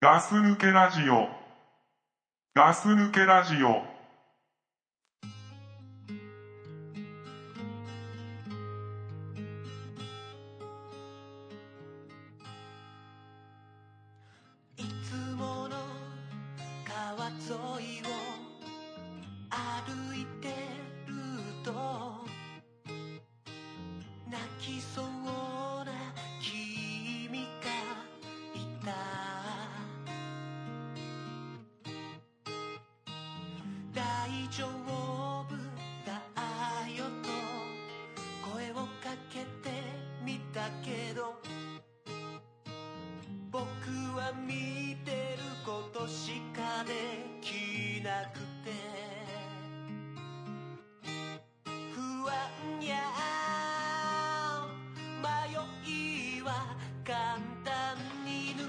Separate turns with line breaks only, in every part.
ガス抜けラジオ。ガス抜けラジオ。
いつもの川沿いを歩いてると泣きそうな君がいた大丈夫だよと声をかけてみたけど僕は見てることしかできなくて不安や迷いは簡単に抜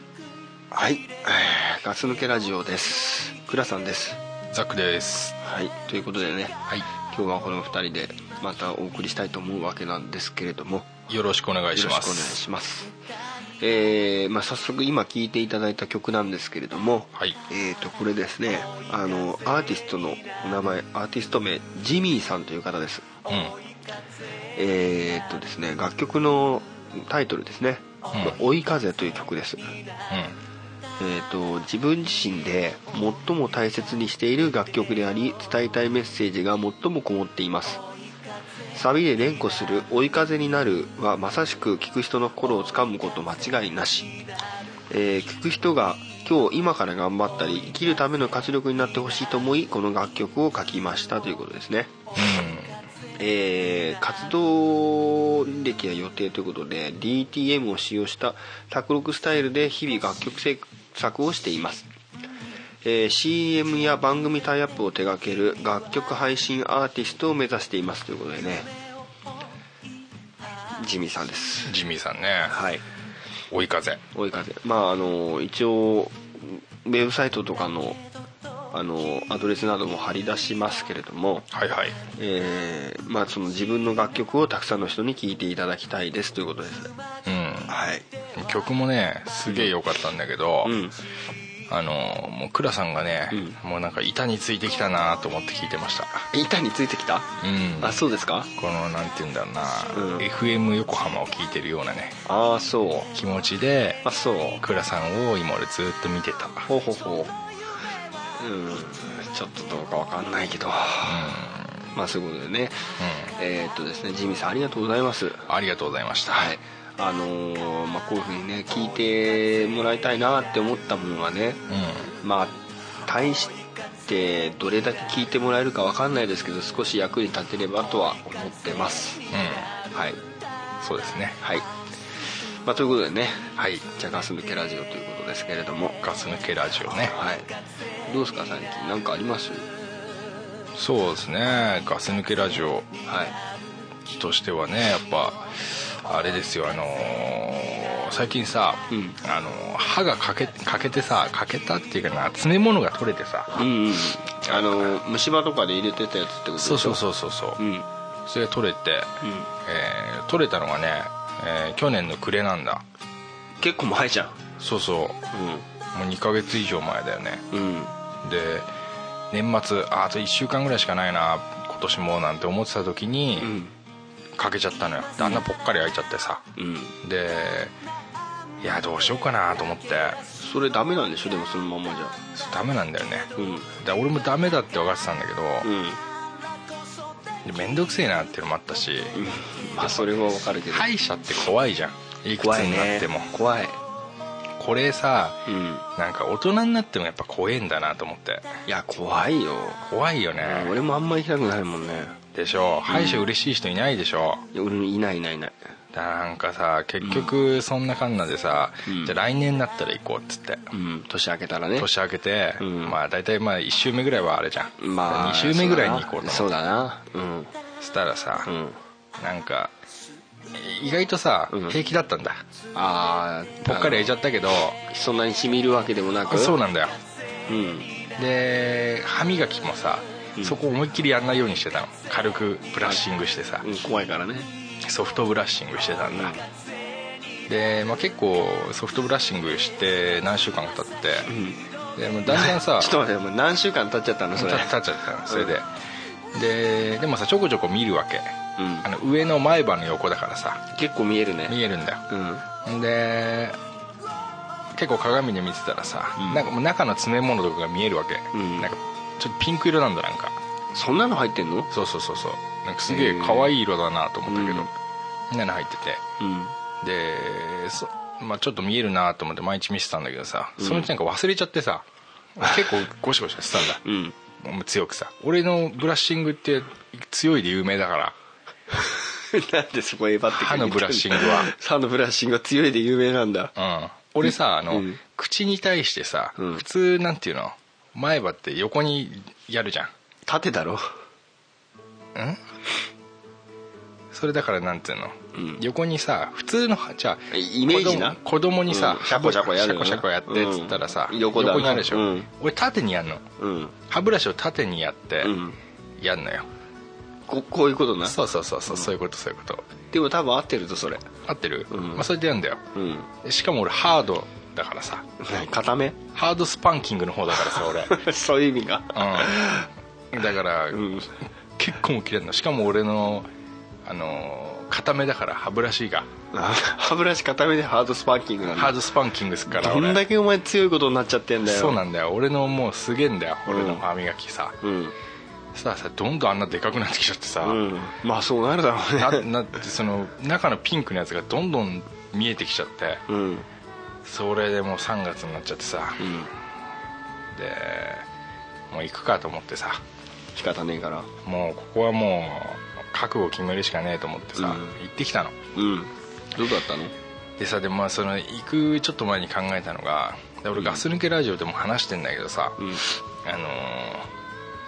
く
はい、えーガス抜けラジオです。倉さんです。
ザックです
はい、ということでね、
はい
今日はこの二人でまたお送りしたいと思うわけなんですけれども、よ
よろしくお願
ろ
いし
しくお
ま
願い
す
します。えーまあ早速今聴いていただいた曲なんですけれども、
はい
えーとこれですね、あのアーティストのお名前、アーティスト名ジミーさんという方です。
うん
えーっとですね、楽曲のタイトルですね、追い風という曲です。えー、と自分自身で最も大切にしている楽曲であり伝えたいメッセージが最もこもっていますサビで連呼する「追い風になる」はまさしく聴く人の心をつかむこと間違いなし、えー聴く人が今日今から頑張ったり生きるための活力になってほしいと思いこの楽曲を書きましたということですねえー活動履歴や予定ということで DTM を使用した卓録スタイルで日々楽曲制作をしています、えー CM や番組タイアップを手掛ける楽曲配信アーティストを目指していますということでねジミーさんです
うんジミーさんね
はい
追い風
追い風まああの一応ウェブサイトとかのあのアドレスなども貼り出しますけれども
はいはい
えーまあ、その自分の楽曲をたくさんの人に聴いていただきたいですということです
う
はい、
ん曲もねすげえ良かったんだけど、
うん、
あのもう倉さんがね、もうなんか板についてきたなと思って聞いてました
板についてきた、
うん
あそうですか
このなんて言うんだろうな、
うん
FM 横浜を聞いてるようなね
ああそう
気持ちで
あそう
倉さんを今俺ずっと見てた
ほうほうほううんちょっとどうかわかんないけどまあそういうことでね、えーっとですねジミーさんありがとうございます
ありがとうございました、
はいあのーまあ、こういうふうにね聞いてもらいたいなって思ったものがね、
う
まあ大してどれだけ聞いてもらえるかわかんないですけど少し役に立てればとは思ってます
んうん
はい
そうですね
はい、まあ、ということでね
はい
じゃあガス抜けラジオということですけれども
ガス抜けラジオね
はいどうですか最近何かあります
そうですねガス抜けラジオ
はい
としてはねやっぱあれですよあのー最近さ、
うん
あのー歯が欠け欠けてさ欠けたっていうかな詰め物が取れてさ
うんうんあの虫歯とかで入れてたやつってことでし
そ
ょ
うそうそうそうそう、
うんうん
それが取れて、えー取れたのがね、えー去年の暮れなんだ
結構前じゃん
そうそうもう2ヶ月以上前だよね
うんうん
で年末ああと1週間ぐらいしかないな今年もなんて思ってた時に、
うん
かけちゃったのよであんなぽっかり開いちゃってさ
うん
でいやどうしようかなと思って
それダメなんでしょでもそのままじゃ
そうダメなんだよね
うんうん
で俺もダメだって分かってたんだけど、で面倒くせえなっていうのもあったし、
まあそれはわかるけど
歯医者って怖いじゃんいくつ
怖い
にな
ね
っても、
怖い
これさ
うん
なんか大人になってもやっぱ怖えんだなと思って
いや怖いよ、
怖いよね
俺もあんま行きたくないもんね
でしょ歯医者嬉しい人いないでしょ、
いや俺いないいないいない
だなんかさ結局そんなかんなでさ、
うん
じゃあ来年になったら行こうっつって、
うん年明けたらね
年明けて、
うん
まあ大体まあ1週目ぐらいはあれじゃん、
まあ
2週目ぐらいに行こうと思って
そうだなそうだな
そしたらさ、
うんうん
なんか意外とさ、
うん
平気だったんだ
ああ
ぽっかり開いちゃったけど
そんなにしみるわけでもなく
そうなんだよ
うん
で歯磨きもさ、
うん
そこ思いっきりやんないようにしてたの軽くブラッシングしてさ、
うん怖いからね
ソフトブラッシングしてたんだ、で、まあ、結構ソフトブラッシングして何週間か経っ
ん
てでもうだんだんさ
ちょっと待ってもう何週間経っちゃったのそれ
た経っちゃったのそれで、ででもさちょこちょこ見るわけ
うん
あの上の前歯の横だからさ
結構見えるね
見えるんだよ
うん
んで結構鏡で見てたらさ、
うん
なんかもう中の詰め物とかが見えるわけ、
うん
なんかちょっとピンク色なんだなんか
そんなの入ってんの
そうそうそうそうなんかすげえ可愛い色だなと思ったけど、
うん
みんなの入ってて
うん
でそ、まあ、ちょっと見えるなと思って毎日見てたんだけどさ、
うん
そのうちなんか忘れちゃってさ結構ゴシゴシしてたんだ
うん
もう強くさ俺のブラッシングって強いで有名だから
なんでそこエヴァって
歯のブラッシングは
歯のブラッシングは強いで有名なんだ
うん、俺さあの、
うん
口に対してさ、
うん
普通なんていうの前歯って横にやるじゃん
縦だろ
んそれだからなんていうの、
うん
横にさ普通のじゃあ
イメージな
子供子供にさ、
うんシャコシャコやるよ
シャ
な
コシャコやってっつったらさ、
うん横だな
にあるでしょ、
うん
俺縦にやんの
うん
歯ブラシを縦にやって
うん
やんのよ、
ここういうことな
そうそうそうそう、そういうことそういうこと
でも多分合ってるとそれ
合ってる、
うん
まあ、それでやんだよ
うん
しかも俺ハードだからさ
固め
ハードスパンキングの方だからさ俺
そういう意味が
うん、だから、
ん
結構切れるのしかも俺のあのー固めだから歯ブラシが
あ 歯ブラシ固めでハードスパーキングなん
ハー
だ
ドスパンキングするから
ど
俺
んだけお前強いことになっちゃってんだよ
そうなんだよ俺のもうすげえんだよ、
うん
俺の歯磨きさ
うん
さあさどんどんあんなでかくなってきちゃってさ、
うんまあそうなるだろうね
ななその中のピンクのやつがどんどん見えてきちゃって
うんうん
それでもう3月になっちゃってさでもう行くかと思ってさ
仕方ねえから
もうここはもう覚悟決めるしかねえと思ってさ、
うん
行ってきたの
うんどうだったの
でさでもまあその行くちょっと前に考えたのがで俺ガス抜けラジオでも話してんだけどさ、
ん
あのー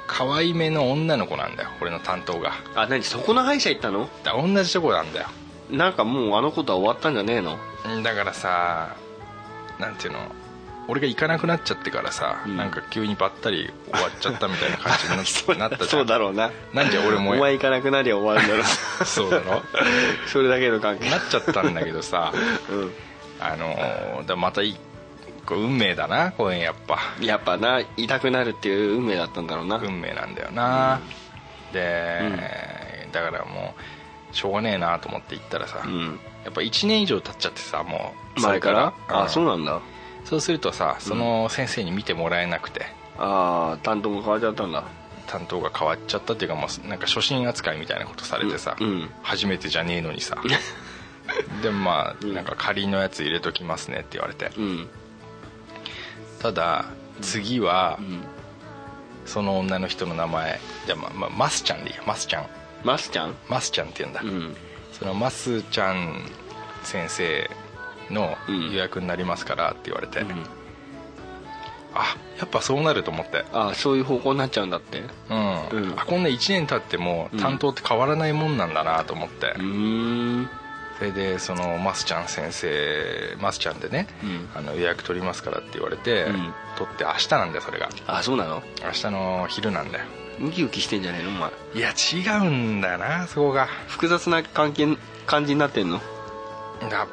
可愛めの女の子なんだよ俺の担当が
あ何そこの歯医者行ったの
だ同じとこなんだよ
なんかもうあのことは終わったんじゃねえの
んだからさなんていうの俺が行かなくなっちゃってからさ、
うん
なんか急にばったり終わっちゃったみたいな感 じにななったじゃん
そうだろうな
なんで俺
お
も
前行かなくなりゃ終わるんだろ
そうだろ
うそれだけの関係
なっちゃったんだけどさあのーだまたいこう運命だなこれやっぱ
うんやっぱな痛くなるっていう運命だったんだろうな
運命なんだよな、で、だからもうしょうがねえなと思って行ったらさ、
うん
やっぱ1年以上経っちゃってさもうそ
前
れ
から
うん
あそうなんだ
そうするとさその先生に見てもらえなくて
ああ担当も変わっちゃったんだ
担当が変わっちゃったっていうかもうなんか初心扱いみたいなことされてさ、
うんうん
初めてじゃねえのにさ でまあ
ん
なんか仮のやつ入れときますねって言われて
うん
ただ次は
うん
その女の人の名前じゃあまあまあマスちゃんでいいよマスちゃん
マスちゃん
マスちゃんって言うんだ、
うん
そのマスちゃん先生の予約になりますからって言われて、
ん
あやっぱそうなると思って
ああそういう方向になっちゃうんだって
うん、
うん
あこんな1年経っても担当って変わらないもんなんだなと思って、
うーん
それでそのマスちゃん先生マスちゃんでね、
うん
あの予約取りますからって言われて、
ん
取って明日なんだよそれが
あそうなの
明日の昼なんだよ
ウキウキしてんじゃねえのお前
いや違うんだよなそこが
複雑な関係感じになってんの
だ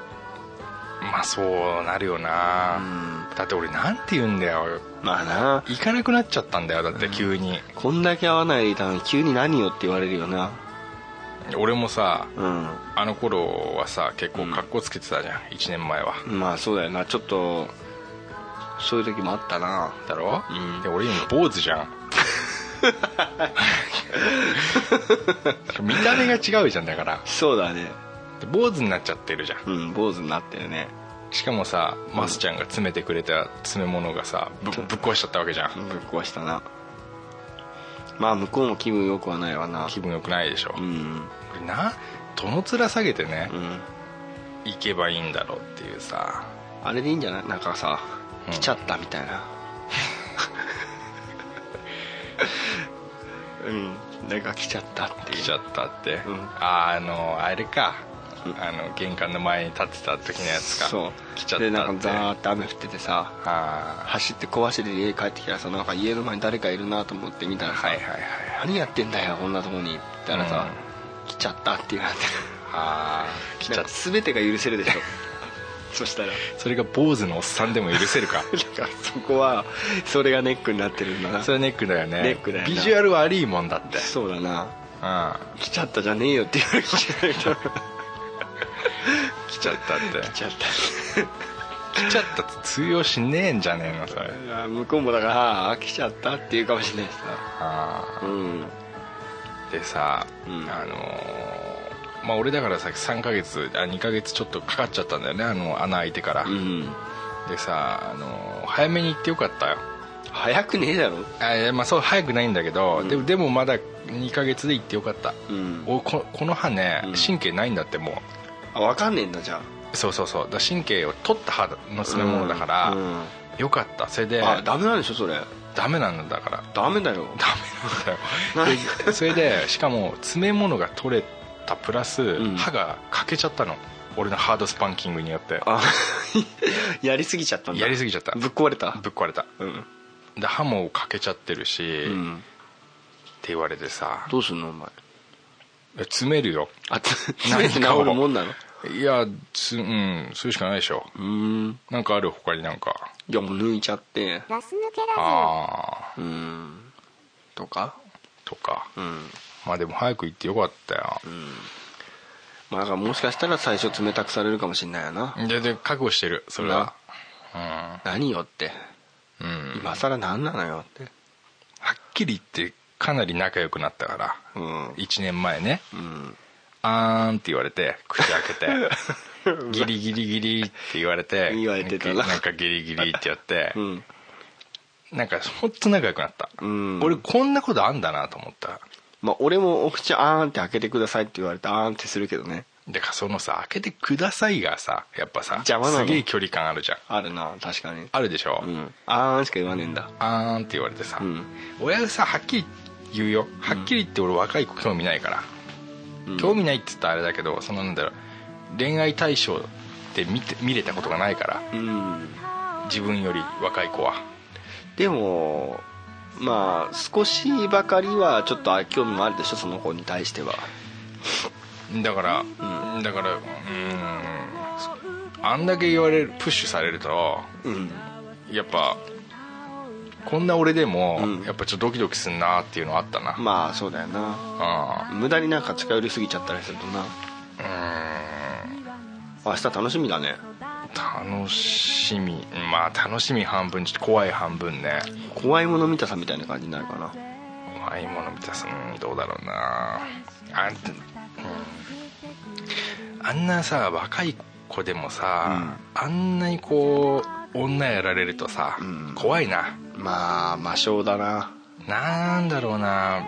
まあそうなるよな、だって俺なんて言うんだよ
まあな
行かなくなっちゃったんだよだって急に、
こんだけ会わないでいたのに急に何よって言われるよな
俺もさ
うん
あの頃はさ結構格好つけてたじゃん、1年前は
まあそうだよなちょっとそういう時もあったな
だろ、
うん
で俺今坊主じゃ ん見た目が違うじゃんだから
そうだね
で坊主になっちゃってるじゃん
うん坊主になってるね
しかもさマスちゃんが詰めてくれた詰め物がさぶぶっ壊しちゃったわけじゃ
ぶ
ん
っ壊したなまあ向こうも気分良くはないわな
気分良くないでしょ、
うん
これなどの面下げてね
う、ん
行けばいいんだろうっていうさ
あれでいいんじゃないなんかさ
うん
来ちゃったみたいなうんなんか来ちゃったっていう
来ちゃったって、
うん
あーあのあれかあの玄関の前に立ってた時のやつか
そう
来ちゃったっ
で
て
なんかザーって雨降っててさ
あ
走って小走りで家帰ってきたらさなんか家の前に誰かいるなと思って見た
あ
らさ、
はいはいはい
何やってんだよこんなとこにって言ったらさ、来ちゃったって言われて
ああ来ちゃっ
全てが許せるでしょそしたら
それが坊主のおっさんでも許せ るか
だからそこはそれがネックになってるんだな
それネックだよね
ネックだよな
ビジュアル悪いもんだって
そうだな
うん
来ちゃったじゃねえよって言 われるかもしれないけど
来ちゃっ たって
来ちゃっ
来ちゃったって通用しねえんじゃねえのそれ
たいや向こうもだからああ来ちゃったって言うかもしれないしさ
あ
うん
ーでさ、
うん
あのーまあ俺だからさ3ヶ月あ2ヶ月ちょっとかかっちゃったんだよねあの穴開いてから、
うん
でさ、あのー早めに行ってよかったよ
早くねえだろ
あいやまあそう早くないんだけど、
うん
でもでもまだ2ヶ月で行ってよかった、
うん
おここの歯ね
うん
神経ないんだっても
あ分かんねえんだじゃ
うそうそうそうだから神経を取った歯の
あ
詰め物だから、
うんうん
よかったそれで
あダメなんでしょそれ
ダメなんだから
ダメだよ
ダメなんだよでそれ でしかも詰め物が取れたプラス、
ん
歯が欠けちゃったの俺のハードスパンキングによって
あやりすぎちゃったんだ
やりすぎちゃった
ぶっ壊れた
ぶっ壊れた
うん、
で歯も欠けちゃってるし、
う
って
ん、
言われてさ
どうすんのお前
詰めるよ
あつ
何
全て治
かを
るもん なの
いやつうんそれしかないでしょ
うん
なんかある他になんか
いやもう抜いちゃって
ガス抜けラジオ
ああ
うんとか
とか
うん
まあでも早く行ってよかったよ、
まあだからもしかしたら最初冷たくされるかもしんないよな
でで覚悟してるそれはうん
何よって
うん
今更何なのよって
はっきり言ってかなり仲良くなったから
うん
1年前ね
うん
「あーん」って言われて口開 けてギリギリギリって言われて
言われてたなん
かんかギリギリってやって
うん
なんかほんと仲良くなった
うん
俺こんなことあんだなと思った
まあ俺もお口あーんって開けてくださいって言われてあーんってするけどね
だからそのさ開けてくださいがさやっぱさ
邪魔なの
すげえ距離感あるじゃん
あるな確かに
あるでしょ、
うんあーんしか言わねえんだ
あーんって言われてさ、
うん
親さはっきり言うよはっきり言って俺若い子興味ないから、
うん
興味ないって言ったらあれだけどそのなんだろう恋愛対象って見て見れたことがないから
うん
自分より若い子は
でもまあ少しばかりはちょっと興味もあるでしょその子に対しては
だから、だからうーんあんだけ言われるプッシュされると
うん
やっぱこんな俺でも、
うん
やっぱちょっとドキドキすんなっていうのはあったな、
まあそうだよな
あ
無駄になんか近寄りすぎちゃったりするとな明日楽しみだね
ー楽しみまあ楽しみ半分ちょっと怖い半分ね
怖いもの見たさみたいな感じになるかな
怖いもの見たすうんどうだろうなあんた、うん、あんなさ若い子でもさ、あんなにこう女やられるとさ、
ん
怖いな
まあ魔性だな
なんだろうな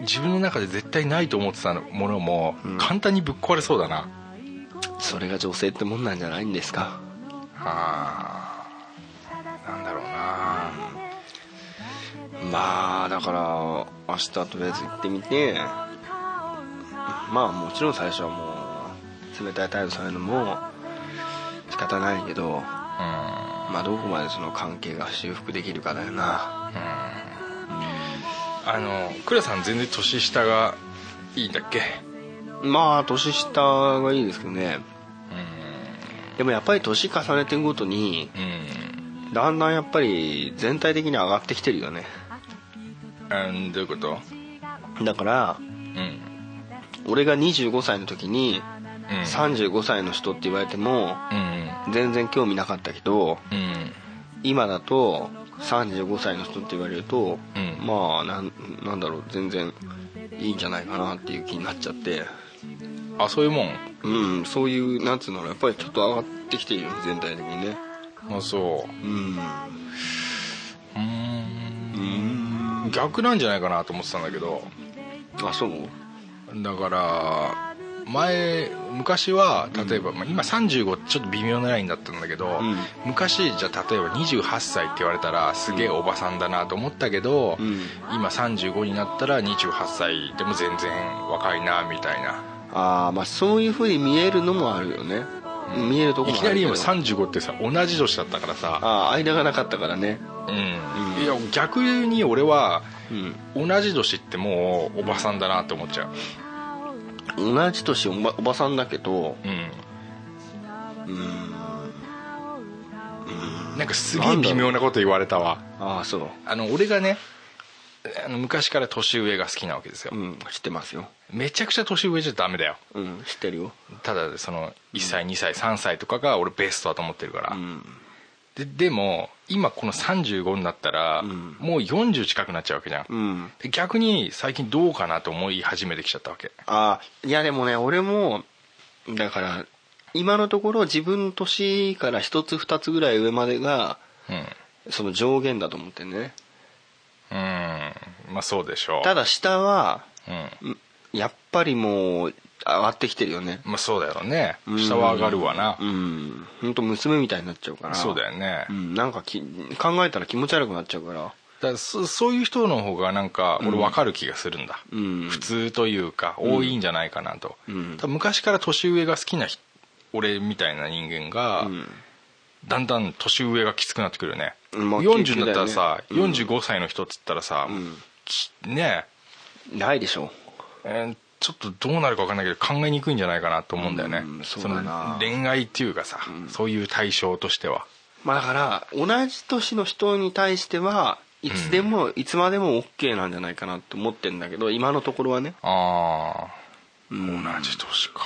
自分の中で絶対ないと思ってたものも、簡単にぶっ壊れそうだな
それが女性ってもんなんじゃないんですか
あーなんだろうな
まあだから明日とりあえず行ってみてまあもちろん最初はもう冷たい態度されるのも仕方ないけどまあどこまでその関係が修復できるかだよな
あの倉さん全然年下がいいんだっけ
まあ年下がいいですけどねでもやっぱり年重ねていくごとに
うん
だんだんやっぱり全体的に上がってきてるよね
あんどういうこと
だから
うん
俺が25歳の時に
うん
35歳の人って言われても
うん
全然興味なかったけど
うん
今だと35歳の人って言われると、
うん
まあなんなんだろう全然いいんじゃないかなっていう気になっちゃって
あそういうもん
うんそういうなんつうのやっぱりちょっと上がってきてるよね全体的にね
あそ
う
う
ん
うーん逆なんじゃないかなと思ってたんだけど
あそう
だから前昔は例えば、まあ今35ちょっと微妙なラインだったんだけど、
うん
昔じゃあ例えば28歳って言われたらすげえおばさんだなと思ったけど、
うん
今35になったら28歳でも全然若いなみたいな
ああまあそういうふうに見えるのもあるよね、見えるとこ
い
もある
き
けど
なり今35ってさ同じ年だったからさ、
ああ間がなかったからね
うん
うん
いや逆に俺は
うん
同じ年ってもうおばさんだなって思っちゃう
同じ年おばおばさんだけど
うん
うん
なんかすげえ微妙なこと言われたわ
ああそう
あの俺がねあの昔から年上が好きなわけですよ、
うん知ってますよ
めちゃくちゃ年上じゃダメだよ
うん知ってるよ
ただその1歳2歳3歳とかが俺ベストだと思ってるから、
うん
ででも今この35になったら、
ん
もう40近くなっちゃうわけじゃん、
うん
で逆に最近どうかなと思い始めてきちゃったわけ
あいやでもね俺もだから今のところ自分の年から一つ二つぐらい上までが
うん
その上限だと思ってんね
うんまあそうでしょう
ただ下は
うん
んやっぱりもう上がってきてるよね
まあそうだよね
うん
下は上がるわな
うん本当娘みたいになっちゃうから
そうだよね、
うん、なんかき考えたら気持ち悪くなっちゃうから
だからそそういう人の方がなんか俺分かる気がするんだ、
うん
普通というか多いんじゃないかなと、
うん
多分昔から年上が好きな人俺みたいな人間が、だんだん年上がきつくなってくるよね、
うんまあ
40になったらさ、
急だよね
45歳の人っつったらさ、
ん
きね
ないでしょ
えーちょっとどうなるか分かんないけど考えにくいんじゃないかなと思うんだよね、
うんそうだな
の恋愛っていうかさ、そういう対象としては
まあだから同じ年の人に対してはいつでも、いつまでも OK なんじゃないかなと思ってんだけど今のところはね
ああ
うん
同じ年か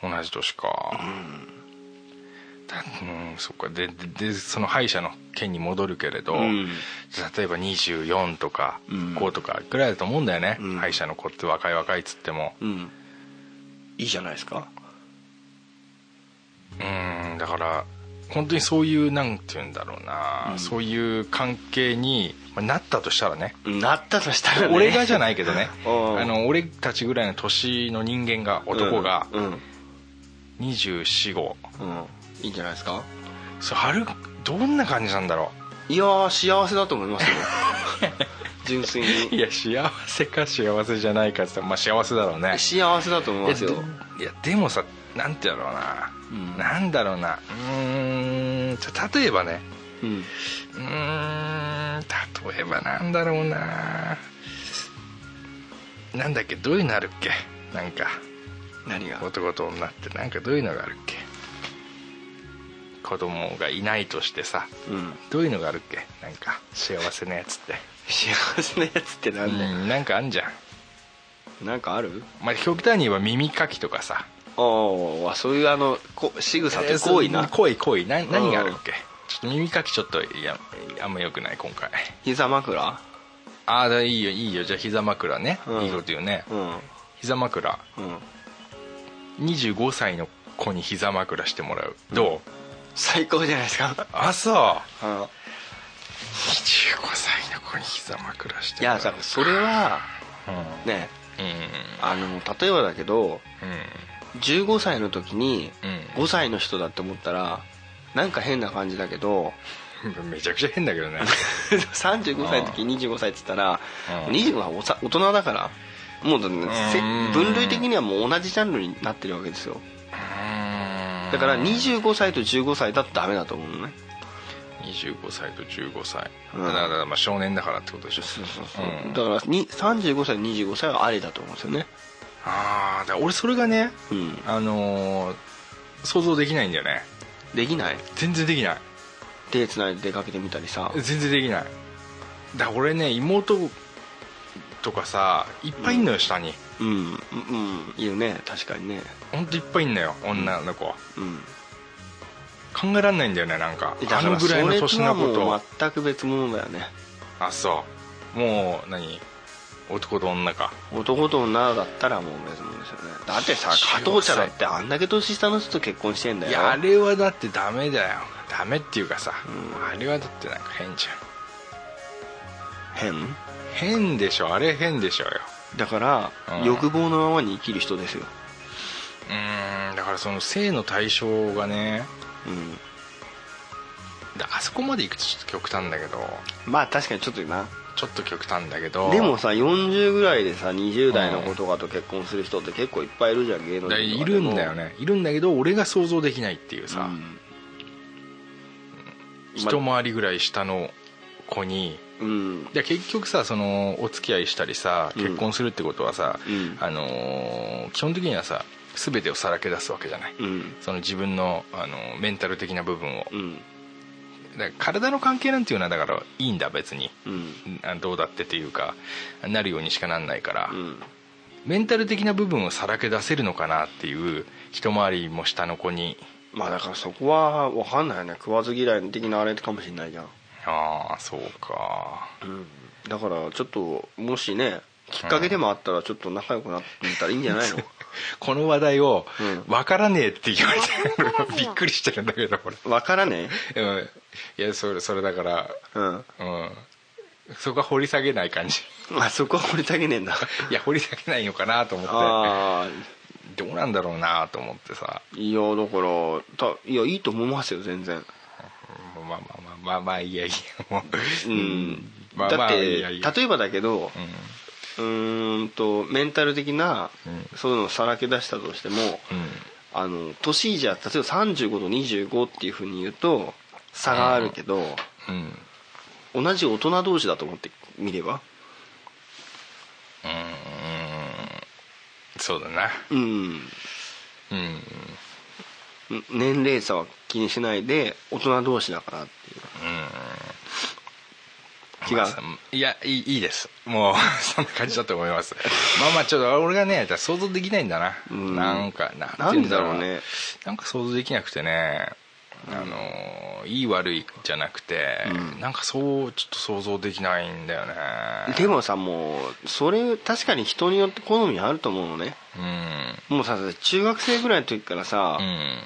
同じ年かだうんそっかでででその歯医者の件に戻るけれど、
うん
例えば24とか
うん
5とかぐらいだと思うんだよね、
うん
歯医者の子って若い若いっつっても
うんいいじゃないですか
うんだから本当にそういうなんて言うんだろうな、そういう関係にまあなったとしたらね
なったとしたら、ね、
俺がじゃないいけどね
うん
あの俺たちぐらいの年の人間が男が
うん、うん
245
うんいいんじゃないですか
そう春どんな感じなんだろ
いやー幸せだと思いますよ 純粋
う
に
いや幸せか幸せじゃないかって言ったらまあ幸せだろうね
幸せだと思いますよ
いやでもさなんてだろうな、
うん
なんだろうなうーんじゃ例えばね
うん
うーん例えばなんだろうななんだっけどういうのあるっけなんか
何が
男と女ってなんかどういうのがあるっけ子供がいないとしてさ
うん
どういうのがあるっけなんか幸せなやつって
幸せなやつってなんだよ、
うんなんかあんじゃん、
なんかある
まあ、極端に言えば耳かきとかさ
ああそういうあのこ仕草って行
そう
為な
行為行為な何があるっけちょっと耳かきちょっといやあんまよくない今回
膝枕
ああいいよいいよじゃあ膝枕ね、
うん
いいこと言うね、
うんうん
膝枕25歳の子に膝枕してもらうどう
最高じゃないですか
あそう25
うん
歳の子に膝枕して
い
もらう
やさそれは
うんうん
ねあの例えばだけど15歳の時に
うん
5歳の人だって思ったらなんか変な感じだけど
うんめちゃくちゃ変だけどね
35歳の時25歳って言ったら
うん
25はおさ大人だからもうだねせ
うん
分類的にはもう同じジャンルになってるわけですよ
だ
だから25歳と15歳だとダメだと思うのね
25歳と15歳、
うん
だからまあ少年だからってことでしょ
そうそうそう、
うん
だからに35歳25歳はありだと思うんですよね
ああだから俺それがね、
うん
あのー想像できないんだよね
できない
全然できない
手つないで出かけてみたりさ
全然できないだから俺ね妹とかさいっぱいいんのよ下に、
うんうんうんいるね確かにね
ほんといっぱいいんのよ女の子、
うん
考えらんないんだよねなんか
だ
あ
か
の
ら
ぐらいの
そ
年
れとは
の
も
こ
う
と
全く別物だよね
あそうもう何男と女か
男と女だったらもう別物ですよねだってさ加
15
藤茶だってあんだけ年下の人と結婚してんだよ
いやあれはだってダメだよダメっていうかさ、あれはだってなんか変じゃん
変
変でしょあれ変でしょうよ
だから、
うん
欲望のままに生きる人ですよ
うーんだからその性の対象がね
うん
だあそこまで行くとちょっと極端だけど
まあ確かにちょっとな
ちょっと極端だけど
でもさ40ぐらいでさ20代の子とかと結婚する人って結構いっぱいいるじゃん芸能人とか
だ
でも
いるんだよねいるんだけど俺が想像できないっていう
う
さ、
ん
一回りぐらい下の子に
うん
で結局さそのお付き合いしたりさ
うん
結婚するってことはさ、
うん
あのー基本的にはさ全てをさらけ出すわけじゃない、
うん
その自分のあのメンタル的な部分を
うん
だから体の関係なんていうのはだからいいんだ別に
うん
あどうだってというかなるようにしかなんないから、
うん
メンタル的な部分をさらけ出せるのかなっていう一回りも下の子に
まあだからそこは分かんないよね食わず嫌い的なあれかもしれないじゃん、
ああそうか
だからちょっともしねきっかけでもあったらちょっと仲良くなってみたらいいんじゃないの
この話題を
うん
「わからねえ」って言われて、俺びっくりしてるんだけどこれ、
分からね
うん、いやそれそれだから、
えうん
うん、そこは掘り下げない感じ
あそこは掘り下げねえんだ
いや掘り下げないのかなと思っ
ああ
てどうなんだろうなと思ってさ
いやだからたいやいいと思いますよ全然
まあまあまあまあまあいいやいいやも
う
う、うん
ん、
まあ
だ
ま
っ
あ
て、
いいやいいや
例えばだけど
うん
うーんとメンタル的な、
うん
そういうのをさらけ出したとしても、
うん
あの年じゃ例えば35と25っていうふうに言うと差があるけど、
うんうん
同じ大人同士だと思ってみれば
そうだな
うん
うん
年齢差は気にしないで大人同士だからっていう、
ま
違
あ
う、
さいやいいいいですもう そんな感じだと思いますまあまあちょっと俺がね想像できないんだな、
うん
なんかなんて
な
言
んでだろうね
なんか想像できなくてねあのいい悪いじゃなくて、
うん
なんかそうちょっと想像できないんだよね
でもさもうそれ確かに人によって好みあると思うのね
うん
もうさ中学生ぐらいの時からさ、
う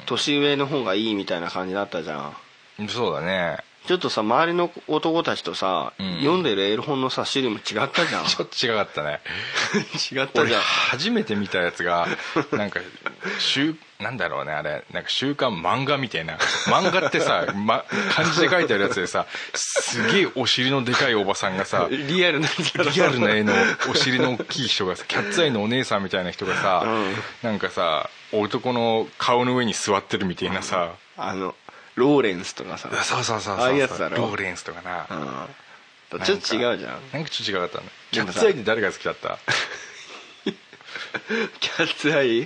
年上の方がいいみたいな感じだったじゃん
んそうだね
ちょっとさ周りの男たちとさ、
うん
読んでるエロ本のさ種類も違ったじゃん
ちょっと違かったね
違った
俺
じゃん
初めて見たやつ がなんか週なんだろうねあれなんか週刊漫画みたいな漫画ってさ、ま、漢字で書いてあるやつでさすげえお尻のでかいおばさんがさ
リアルなリ
リアルな絵のお尻の大きい人がさキャッツアイのお姉さんみたいな人がさ、
うん
なんかさ男の顔の上に座ってるみたいなさ、
あのローレンスとかさ
そうそうそうそう
ああいうやつだろ
ローレンスとかな、
うんちょっと違うじゃん
なんかちょっと違かったねキ
な
ャ
んか
ッ
さ
ツアイって誰が好きだった
キャッツアイ、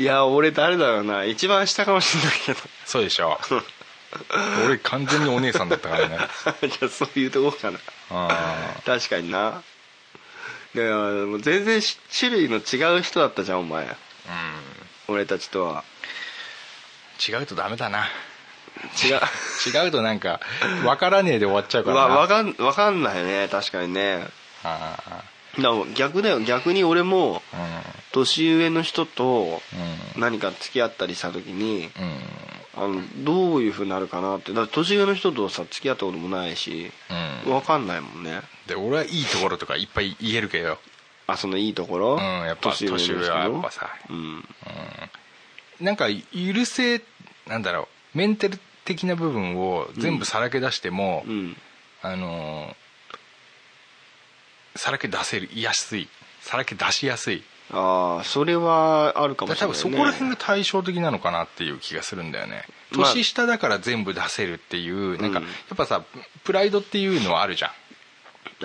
いや俺誰だろうな一番下かもしれないけど
そうでしょ俺完全にお姉さんだったからね
じゃあそういうとこかな
あ
確かになだからもう全然し種類の違う人だったじゃんお前俺たちとは
ー違うとダメだな
違う
違うとなんか分からねえで終わっちゃうから
わ
な
わかんわかんないね確かにね
あ
だから逆だよ逆に俺も
ー
年上の人と
う
何か付き合ったりした時に
うんうん
あのどういうふうになるかなってだって年上の人とさ付き合ったこともないし
うん
分かんないもんね
で俺はいいところとかいっぱい言えるけど
あそのいいところ、
うんやっぱ年上
の人の
はやっぱさ
うん
なんか許せなんだろうメンタル的な部分を全部さらけ出しても、
うん
あのーさらけ出せるやすいさらけ出しやすい
ああそれはあるかも
だ
し
から
れ
多
ない、ね、
分そこら辺が対照的なのかなっていう気がするんだよね
まあ
年下だから全部出せるっていうなんか
うん
やっぱさプライドっていうのはあるじゃん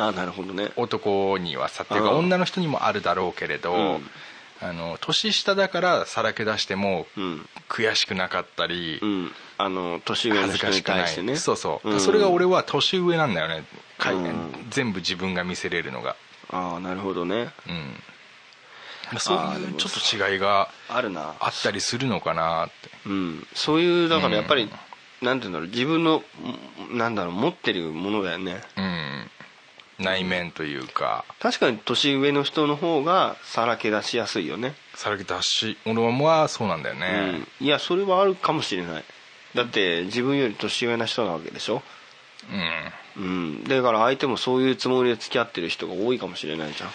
ああなるほどね
男にはさっていうか
うん
女の人にもあるだろうけれど、
うん
あの年下だからさらけ出しても
うん
悔しくなかったり
うんあの年上
恥
の
ず
人
か
に
しくな
対
い、
してね
そうそう、
ん
それが俺は年上なんだよね、かい
うん
全部自分が見せれるのが
ああなるほどね
うん、まあ、そう
あー
い
で
う
も
ちょっと違いが
あるな
あったりするのかなって
うんそういうだからやっぱり、なんていうんだろう自分のんなんだろう持ってるものだよね
うん内面というか
確かに年上の人の方がさらけ出しやすいよね、
さらけ出し俺はそうなんだよね
うんいやそれはあるかもしれないだって自分より年上な人なわけでしょ
う
うんだから相手もそういうつもりで付き合ってる人が多いかもしれないじゃ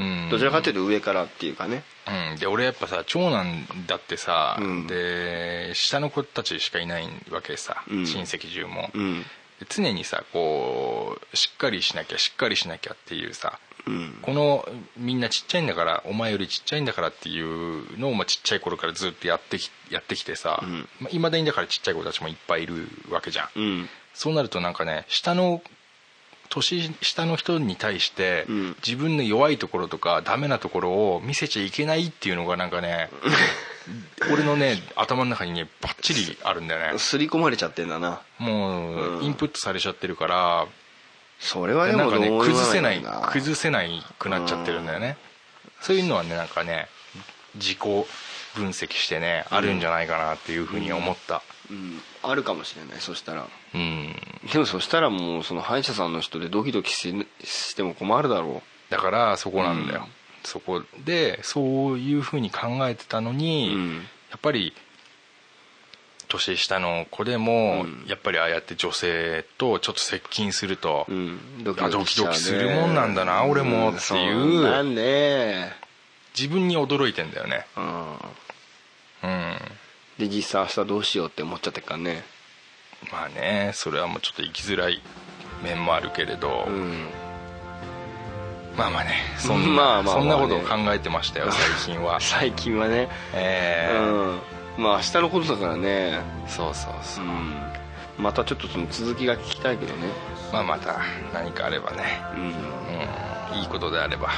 ん
ん、うん、
どちらかというと上からっていうかね
うん、で俺やっぱさ長男だってさ、
うん
で下の子たちしかいないわけさ、
うん
親戚中も、
うん
で常にさこうしっかりしなきゃしっかりしなきゃっていうさ
うん
このみんなちっちゃいんだからお前よりちっちゃいんだからっていうのを、まあ、ちっちゃい頃からずっとやってきやってきてさ
うん
いまあ、未だにだからちっちゃい子たちもいっぱいいるわけじゃ
う
ん、
ん
そうなるとなんかね下の年下の人に対して、
うん
自分の弱いところとかダメなところを見せちゃいけないっていうのがなん かね俺のね頭の中にねバッチリあるんだよね
刷り込まれちゃってんだな
も
う
うんインプットされちゃってるから
それはで
なん
も
かね
どう
崩せない
な
崩せないくなっちゃってるんだよねそういうのはねなんかね自己分析してねあるんじゃないかなっていうふうに思った
うん、あるかもしれないそしたら
うん
でもそしたらもうその歯医者さんの人でドキドキししても困るだろ
だからそこなんだよ、
うん
そこでそういうふうに考えてたの
う、
に、
うん
やっぱり年下の子でも、
うん
やっぱりああやって女性とちょっと接近すると、
うん、
あド
し
キ
ちゃ
ド
うね
キするもんなんだな俺もってい
そ
う
なんね
自分に驚いてんだよね
うん
うん
で実際明日どうしようって思っちゃってっからね
まあねそれはもうちょっと生きづらい面もあるけれど、
うん
まあまあねそんな、
まあまあまあね
そんなことを考えて ましたよ最近は
最近はね、
ええ
うんまあ明日のことだからね
そうそうそうう、
んまたちょっとその続きが聞きたいけどね
まあまた何かあればね
うん
うんいいことであれば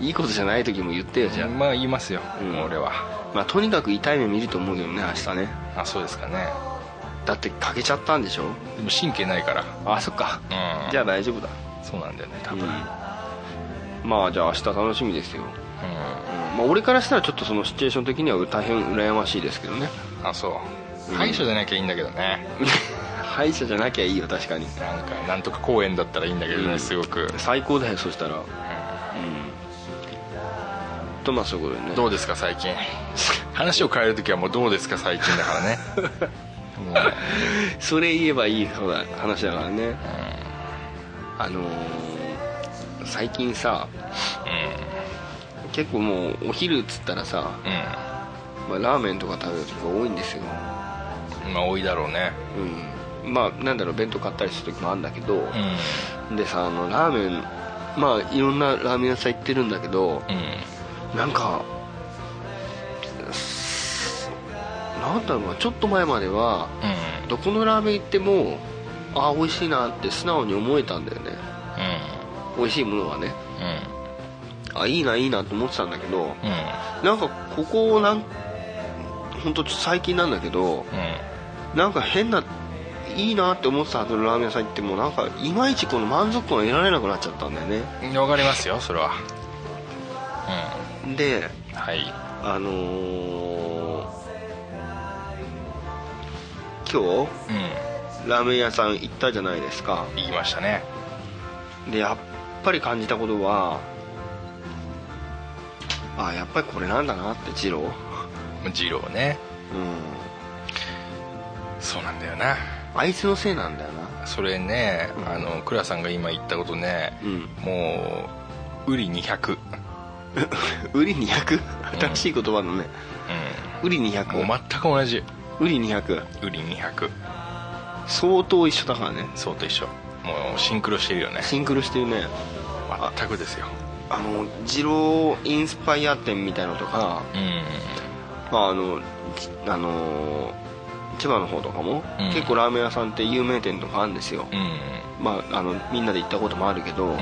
いいことじゃない時も言ってよじゃ
まあ言いますよ、
うん
俺
あ
は、
まあ、とにかく痛い目見ると思うけどね明日ね
あそうですかね
だって欠けちゃったんでしょ
でも神経ないから
あそっか、
うん
じゃあ大丈夫だ、
そうなんだよね多
う
分、
んまあじゃあ明日楽しみですよ、う
うん
まあ、俺からしたらちょっとそのシチュエーション的には大変羨ましいですけどね
ん、あそう歯医者じゃなきゃいいんだけどね、
歯医者じゃなきゃいいよ確かに
なんかなんとか公園だったらいいんだけどね、
うん
すごく、
最高だよそしたらうんとまあそういうことでね
どうですか最近 話を変える時はもうどうですか最近だからね
それ言えばいいそうだ話だからね
もう、うん
あのー最近さ結構もうお昼っつったらさ、
う
まあ、ラーメンとか食べる時が多いんですよ
んまあ多いだろうね
うんまあなんだろう弁当買ったりする時もあるんだけど、
うん
でさあのラーメンまあいろんなラーメン屋さん行ってるんだけど
う
なんかすなんだろうなちょっと前までは
んうん
どこのラーメン行ってもああ美味しいなって素直に思えたんだよね美味しいものはね
う
あいいないいなと思ってたんだけど
んうんうん
なんかここなん本当最近なんだけどなんか変ないいなって思ってたはずのラーメン屋さん行ってもなんかいまいちこの満足感が得られなくなっちゃったんだよね
うんわかりますよそれは
で
うんはい
あのー今
うん
日ラーメン屋さん行ったじゃないですか
言いましたね
でやっぱり感じたことはあやっぱりこれなんだなってジロー
二郎ね
うん
そうなんだよな
あいつのせいなんだよな
それね
うん
あの倉さんが今言ったことね
うん
もうウリ200
売り200新しい言葉のね売り
うんも
200
う全く同じ
売り200
ウリ200
相当一緒だからね
そうと一緒もうシンクロしてるよね
シンクロしてるね
全くですよ
あのジローインスパイア店みたいのとか
うん
まああのちあのー千葉の方とかも、
うん
結構ラーメン屋さんって有名店とかあるんですよ、
うん
まあ、あのみんなで行ったこともあるけど、
うん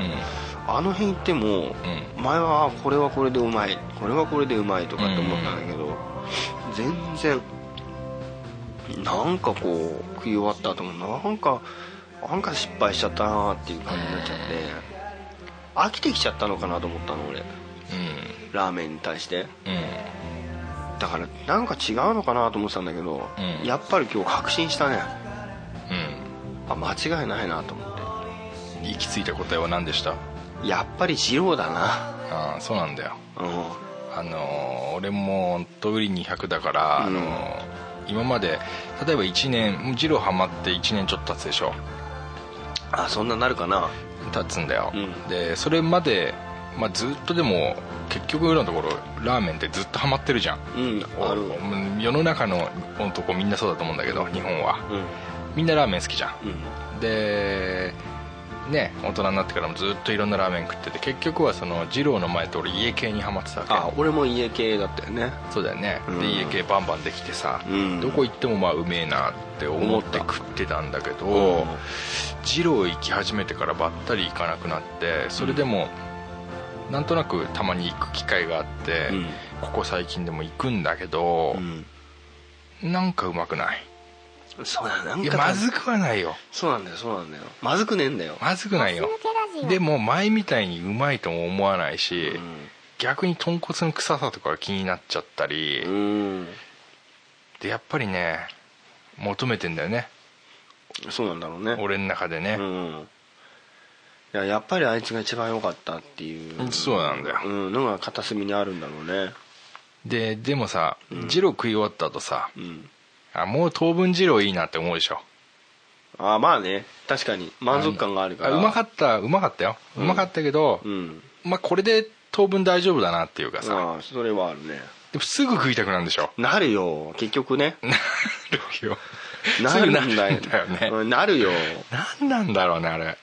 あの辺行っても、
う
前はあこれはこれでうまいこれはこれでうまいとかって思ったんだけど、全然なんかこう食い終わった後もなんかなんか失敗しちゃったなっていう感じになっちゃって、飽きてきちゃったのかなと思ったの俺
う
ラーメンに対して
んうん
だからなんか違うのかなと思ってたんだけど、
うん
やっぱり今日確信したね
う
あ間違いないなと思っ
ん行き着いた答えは何でした
てやっぱり二郎だな
ああそうなんだよ
うん
あのー俺も本当売り200だから、
うん
あのー今まで例えば1年ジローハマって1年ちょっと経つでしょ
あそんななるかな
経つんだよ、
うん
でそれまで、まあ、ずっとでも結局のところラーメンってずっとハマってるじゃん
うんあるうん
お世の中の男みんなそうだと思うんだけど日本はみんなラーメン好きじゃん
うん
でね大人になってからもずっといろんなラーメン食ってて結局はその二郎の前って俺家系にハマってたわけ
あ俺も家系だったよね
そうだよね、
うん
で家系バンバンできてさ、
うん
どこ行ってもまあうめえなって思って
思った
食ってたんだけ
うん
ど二郎行き始めてからばったり行かなくなってそれでも、なんとなくたまに行く機会があって、
うん
ここ最近でも行くんだけど、なんかうまくない
そうだよなん
い
か
や
た
まずくはないよ
そうなんだよそうなんだよまずくねえんだよ、
まずくないよでも前みたいにうまいとも思わないし、逆に豚骨の臭さとかが気になっちゃったり、
うん
でやっぱりね求めてんだよね
そうなんだろうね
俺の中でね、
うんいややっぱりあいつが一番良かったっていう
うんそうなんだよ
うん、のが片隅にあるんだろうね
ででもさ二郎食い終わった後さ、
うん
あもう当分二郎いいなって思うでしょ
ああまあね確かに満足感があるから
うまか
っ
ったうまかったよ、うまかったけど、
うん
まあこれで当分大丈夫だなっていうかさ、
ああそれはあるね
でもすぐ食いたくなるんでしょ
なるよ結局ね
なるよ
なるん
すぐ
だよ
なるんだよね、
うんなるよ
何なんだろうねあれ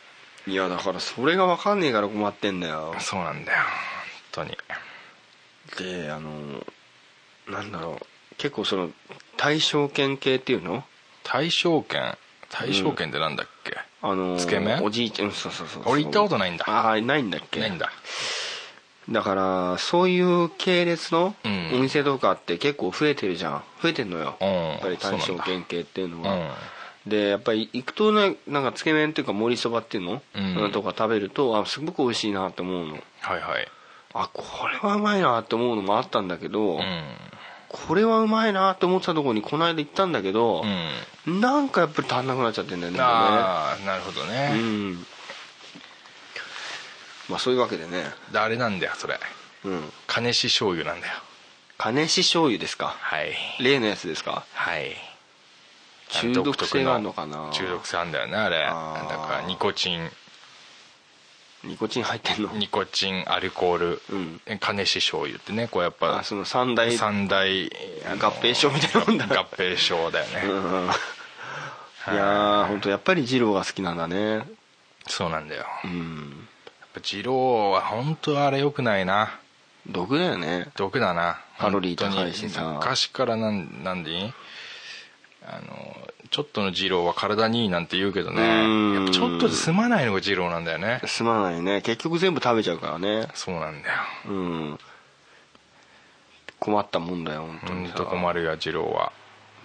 いやだからそれが分かんねえから困ってんだよ
そうなんだよ本当に
であのなんだろう結構その対象犬系っていうの
大正券大正券ってなんだっけ、
あの
つけ麺
おじいちゃんうんそうそうそうそう
俺行ったことないんだ
ああないんだっけ
ないんだ
だからそういう系列の
うん
お店とかって結構増えてるじゃん増えてんのよ、
うん
やっぱり対
そう
象
なんだ
県系っていうの
う
は、
ん
でやっぱり行くとねなんかつけ麺っていうか盛りそばっていうの、
うん
なん、とか食べるとあすごく美味しいなって思うの
はいはい
あこれはうまいなって思うのもあったんだけど、
う
これはうまいなって思ってたところにこの間行ったんだけど
ん、う、ん
なんかやっぱり足んなくなっちゃってんだよね
ああなるほど
でもねう
ね、
んまあそういうわけでね
であれなんだよそれ
うん
金し醤油なんだよ
金し醤油ですか
はい
例のやつですか
はい
中毒性があるのかな
中毒性あんだよねあれ
あー
だからニコチン
ニコチン入ってんの
ニコチンアルコール、
うん
カネシ醤油ってねこうやっぱ
あその三大
三大あの
合併症みたいなもんだ
合併症だよね、
うんいやー本当やっぱり二郎が好きなんだね
そうなんだよ
う
やっ
ん
ぱ二郎は本当あれ良くないな
毒だよね
毒だな
カロリー高いしさ
本当に昔からなんなんでいいあのちょっとの二郎は体にいいなんて言うけど
うん
ねやっぱちょっとで済まないのが二郎なんだよね
すまないね結局全部食べちゃうからね
そうなんだよ
うん困ったもんだよ本当に
本
さ
当困るよ二郎は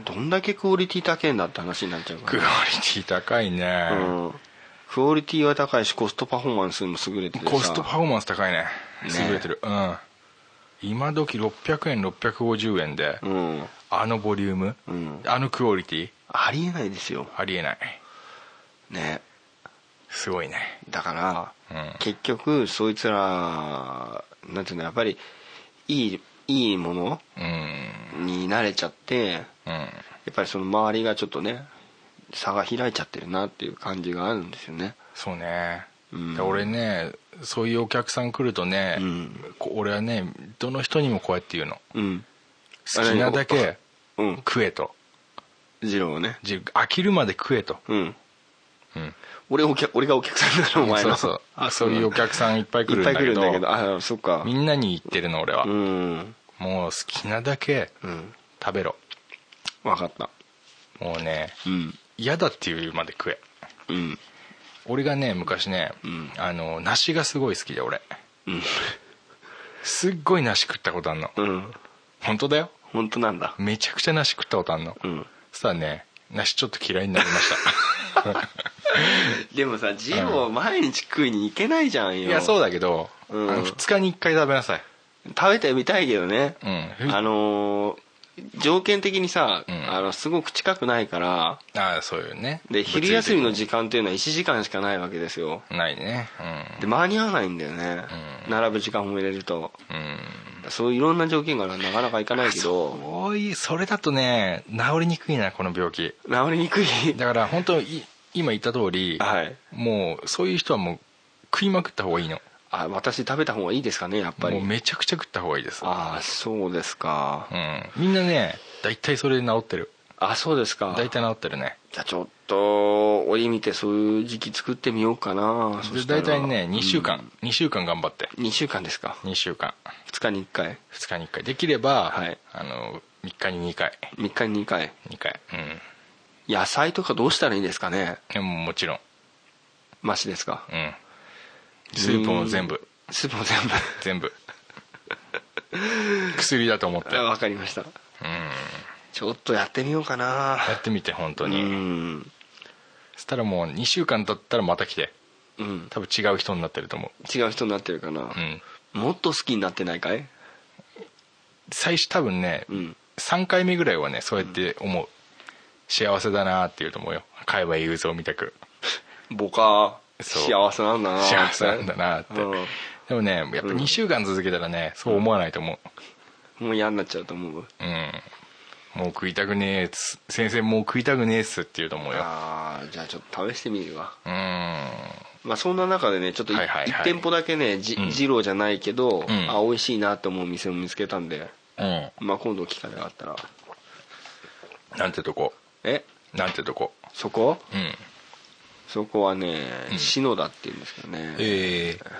どんだけクオリティ高えんだって話になっちゃうか
クオリ
ら
ティ高いね、
うんクオリティは高いしコストパフォーマンスにも優れててさ
コストパフォーマンス高いね
ね
優れてるうん今時600円650円で、
うん
あのボリューム、
うん
あのクオリティ
ありえないですよ
ありえない
ね
すごいね
だから、
うん
結局そいつらなんていうのやっぱりいいいいもの
うん
に慣れちゃってや
うん
っぱりその周りがちょっとね差が開いちゃってるなっていう感じがあるんですよね
そうね、
うん
で俺ねそういうお客さん来るとね、
うん
こ俺はねどの人にもこうやって言うの
うん
好きなだけ
うん
食えと
二郎ね
じ飽きるまで食えと、
うん
うん、
俺お客俺がお客さんだろお前
そ
の
うそう
あ
そういうお客さんいっぱい来
い
る
っ
ん
ぱ
だ
い来
け
るん
ど
だけどあそっか
みんなに言ってるの俺は、
うん
もう好きなだけ
うん
食べろ
分かった
もうね
うん
嫌だっていうまで食え
うん
俺がね昔ね、
ん
あの梨がすごい好きで俺
うん
すっごい梨食ったことあんの
うん
本当だよ
本当なんだ
めちゃくちゃ梨食ったことあんの、
うん
そしたらね梨ちょっと嫌いになりました
でもさジロは毎日食いに行けないじゃんよ
いやそうだけど、
うん
あの2日に1回食べなさい
食べてみたいけどね、
うん
あのー条件的にさ、
うん
あのすごく近くないから
ああそういうね
で昼休みの
物理
時間っていうのは1時間しかないわけですよ
的にないね
で間に合わないんだよね、
うん
並ぶ時間も入れると
うん、うん、
そういういろんな条件がなかなかいかないけど
そういうそれだとね治りにくいなこの病気
治りにくい
だから本当い今言った通り、
はい
もうそういう人はもう食いまくった方がいいの
あ私食べた方がいいですかねやっぱ
もう
り
めちゃくちゃ食った方がいいです
ああそうですか、
うん、みんなね大体それで治ってる
あそうですか
大体治ってるね
じゃあちょっとお折見てそういう時期作ってみようかなそ
で
したら
大体ね2週間、2週間頑張って
2週間ですか
2週間
2日に1回
2日に1回できれば、
はい
あの3日に2回
3日に2回
2回うん
野菜とかどうしたらいいですかね
でももちろん
マシですか
うんスープも全部
スープも全
全部薬だと思って
部わかりました
うん
ちょっとやってみようかな
やってみて本当
う
に、
ん
そしたらもう2週間経ったらまた来て
うん
多分違う人になってると思
違う人になってるかな
う、う、ん、
もっと好きになってないかい
最初多分ね、
うん
3回目ぐらいはねそうやって思う、幸せだなって言うと思うよ買えば言うぞみたく
僕は
そう
幸せなんだな
幸せなんだなって
うん
でもねやっぱ2週間続けたらねそう思わないと思
もう嫌になっちゃうと思う
ううんもう食いたくねえっす先生もう食いたくねえっすって言うと思うよ
ああじゃあちょっと試してみるわ
うん
まあ、そんな中でねちょっとい、
はいはいはい
1店舗だけねじ
うん
二郎、じゃないけど、
ん
あ美味しいなと思う店を見つけたんで、
うん
まあ、今度機会があったら
なんてとこ
え
なんてとこ
そこ
うん
そこはね
ん
篠田っていうんですけどね、
ええ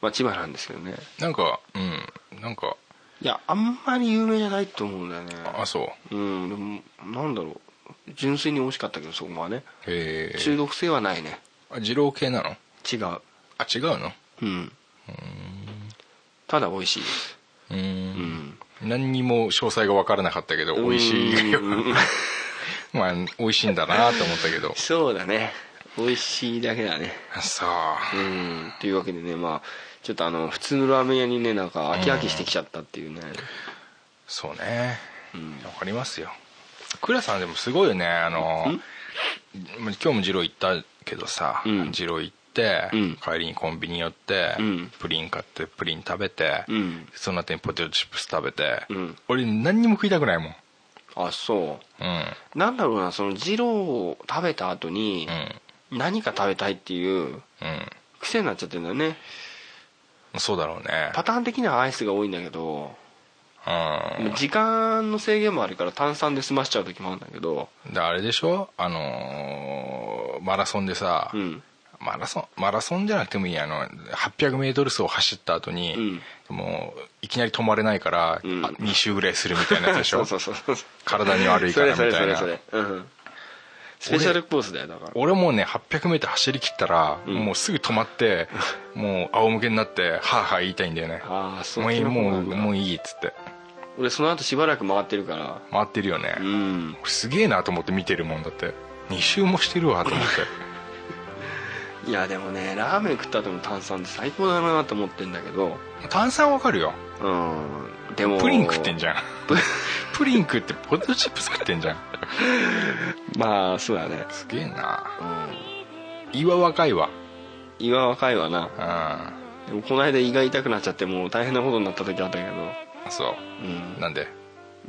まあ、千葉なんですけどね
なんかうんなんか
いやあんまり有名じゃないと思うんだよね
あそう
うんでもなんだろう純粋に美味しかったけどそこはね
ええ
中毒性はないね
あ二郎系なの
違う
あ違うの
うんただ美味しいです
うーん何にも詳細が分からなかったけど美味しい以外は
うん
まあ美味しいんだなと思ったけど
そうだね美味しいだけだね
あそう
うんというわけでねまあちょっとあの普通のラーメン屋にねなんか飽き飽きしてきちゃったっていうね、
そうねわかりますよ倉さんでもすごいよねあの今日も二郎行ったけどさ、
うん
二郎行って、
うん
帰りにコンビニ寄って、
うん
プリン買ってプリン食べて、
うん
その後にポテトチップス食べて、
うん
俺何にも食いたくないもん
あそ
うん
うなんだろうなその二郎を食べた後に
うん
何か食べたいっていう癖になっちゃってるんだよね
うんそうだろうね
パターン的にはアイスが多いんだけど
うん
もう時間の制限もあるから炭酸で済ましちゃう時もあるんだけど
であれでしょあのーマラソンでさ、
うん
マラソンマラソンじゃなくてもいいやあの 800m 走走った後に、もういきなり止まれないから、
ん
あ2周ぐらいするみたいなやつでし
そ
ょ
うそうそうそう
体に悪いからみ
それ
た
そ
い
れ
な
それそれうんスペシャルコースだよだから
俺もうね 800m 走り切ったら、
ん
もうすぐ止ま ってもう仰向けになってはあはあ言いたいんだよね
ああそ
も
っ
うい
ち
い
の方
も
な
うん
だ
もういいっつって
俺その後しばらく回ってるから
回ってるよね、
うん
俺すげえなと思って見てるもんだって2周もしてるわと思って
いやでもねラーメン食った後の炭酸って最高だなと思ってんだけど
炭酸わかるよ
うんでも
プリン食ってんじ
ゃ
ゃんプリン食ってポテトチップス食ってんじゃん
んまあそうだね
すげえな
うん
胃は若いわ
胃は若いわな
う
でもこの間胃が痛くなっちゃってもう大変なことになった時あったけど
んそううんなんで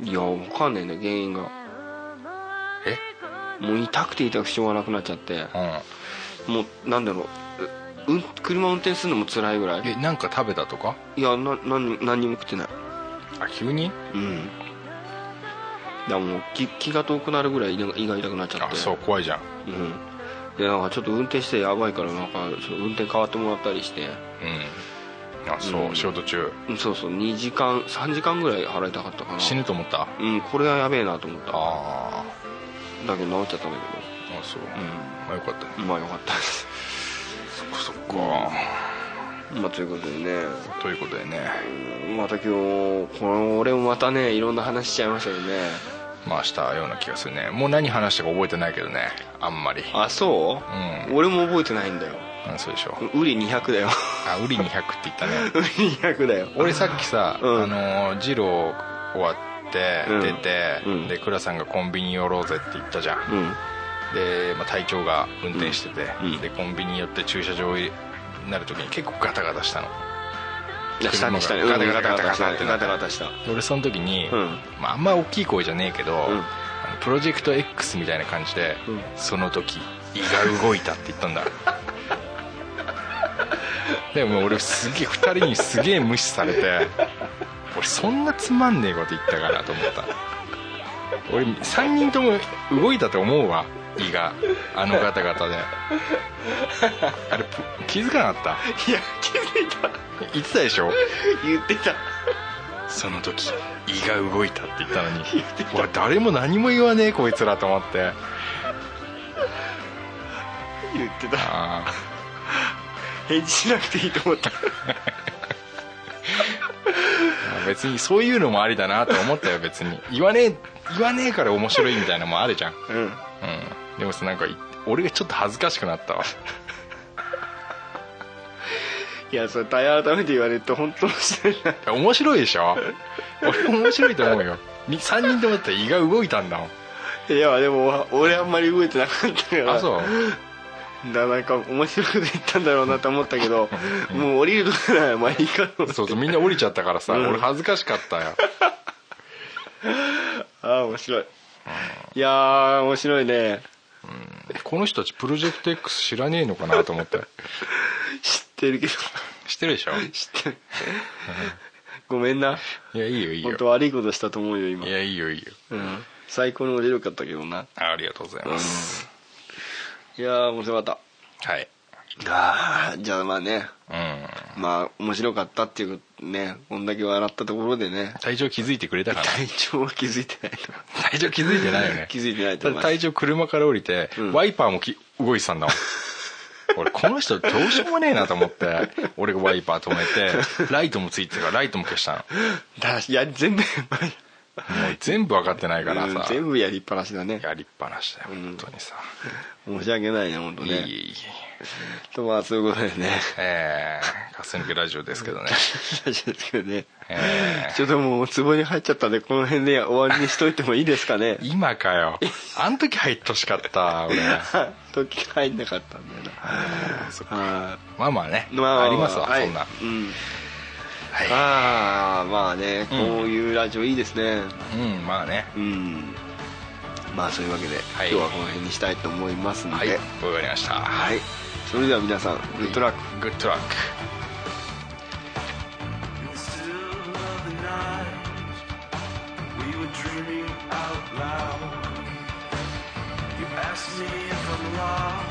いやわかんないんだよ原因が
え
もう痛くて痛くてしょうがなくなっちゃって
う
もうなんだろうううん車運転するのも辛いぐら
ん
い
えなんか食べたとか
いやな何何にも食ってない
あ急に
うんだからもう気気が遠くなるぐらい胃が痛くなっちゃっ
あ
て
そう怖いじゃん
うんでなんかちょっと運転してやばいからなんかちょっと運転変わってもらったりして
うんあそう、
うん
仕事中
うんそうそう2時間3時間ぐらい払いたかったかな
死ぬと思った
うんこれはやべえなと思った
あ
だけど治っちゃったんだ
ーあそう、
けど
まあよかった
うんまあよかったです
そっかそっか
まあということでね
ということでね
うんまた今日この俺もまたねいろんな話しちゃいましたけどね
まあ明日ような気がするねもう何話したか覚えてないけどねあんまり
あそうう、俺も覚えてないんだよ
うんそうでしょ
ウリ200だよ
あウリ200って言ったね
ウリ200だよ
俺さっきさ、
うん
あのー二郎終わって
うん
出て、
うん
で倉さんがコンビニ寄ろうぜって言ったじゃん、
うん
で、まあ、隊長が運転してて、
うんうん
でコンビニ寄って駐車場になる時に結構ガタガタしたの
いや下に下に
ガタガタガタガタ
ガタガタガタした
で俺その時に、
うん
まあ、あんま大きい声じゃねえけど、あのプロジェクト X みたいな感じで、
うん
その時胃が動いたって言った んだでも俺すげえ2人にすげえ無視されて俺そんなつまんねえこと言ったかなと思った俺3人とも動いたと思うわ胃があのガタガタであれぷ気づかなかっ
いや気づいた
た言ってたでしょ
言ってた
その時胃が動いたって言ったのに俺誰も何も言わねえこいつらと思って
言ってた
ああ
返事しなくていいと思った
別にそういうのもありだなと思ったよ別に言わねえ言わねえから面白いみたいなのもあるじゃん、うん、
うん
でもさなんかい俺がちょっと恥ずかしくなったわ
いやそれ大改めて言われると本当の失礼な
面白いでしょ俺も面白いと思うよ3人ともだったら胃が動いたんだもん
いやでも俺あんまり動いてなかったから
あそう
だなんか面白いこと言ったんだろうなと思ったけ どもう降りるとこならまあいいかと思って
そうそうみんな降りちゃったからさ、
うん
俺恥ずかしかったよ
ああ面白いいやー面白いね
この人たちプロジェクト X 知らねえのかなと思って
知ってるけど
知ってるでしょ
知ってる ごめんない
やいいよいいよ
本当悪いことしたと思うよ今
いやいいよいいよ
うん最高の俺よかったけどな
ありがとうございます、
いやー面白かっ
はい
たああじゃあまあね
うん
まあ面白かったっていうことねこんだけ笑ったところでね
体調気づいてくれたかな
体調は気づいてないと思
体調気づいてないよね
気づいてないと
だっ
思い
て
ます
体調車から降りて、
うん
ワイパーもき動いてた んだもん俺この人どうしようもねえなと思って俺がワイパー止め てライトもついてたからライトも消したの
だいや全部
もう全部分かってないから
うん
さ、
全部やりっぱなしだね
やりっぱなしだよ本当にさ、
申し訳ないね本当
いいい
ね
いいい
とまあそういうことでね
えー、ガス抜けラジオですけ どね
大丈夫ですけどね
え
ちょっともうツボに入っちゃったんでこの辺で終わりにしといてもいいですかね
ー今かよあん時入ってほしかった俺
時入んなかったんだよな
そっか
あ
まあまあね、
ーまあ
ありますわ、
はい
そんな
うん
はい
ああまあねこ
う
うんいうラジオいいですね
うんまあね
うんまあそういうわけで今
い
日はこの辺にしたいと思いますの
はい
で
わかりました
はいそれでは皆さんグッドラック
グッドラック
In the still of the night, we were dreaming out loud. You asked me if I'm lost,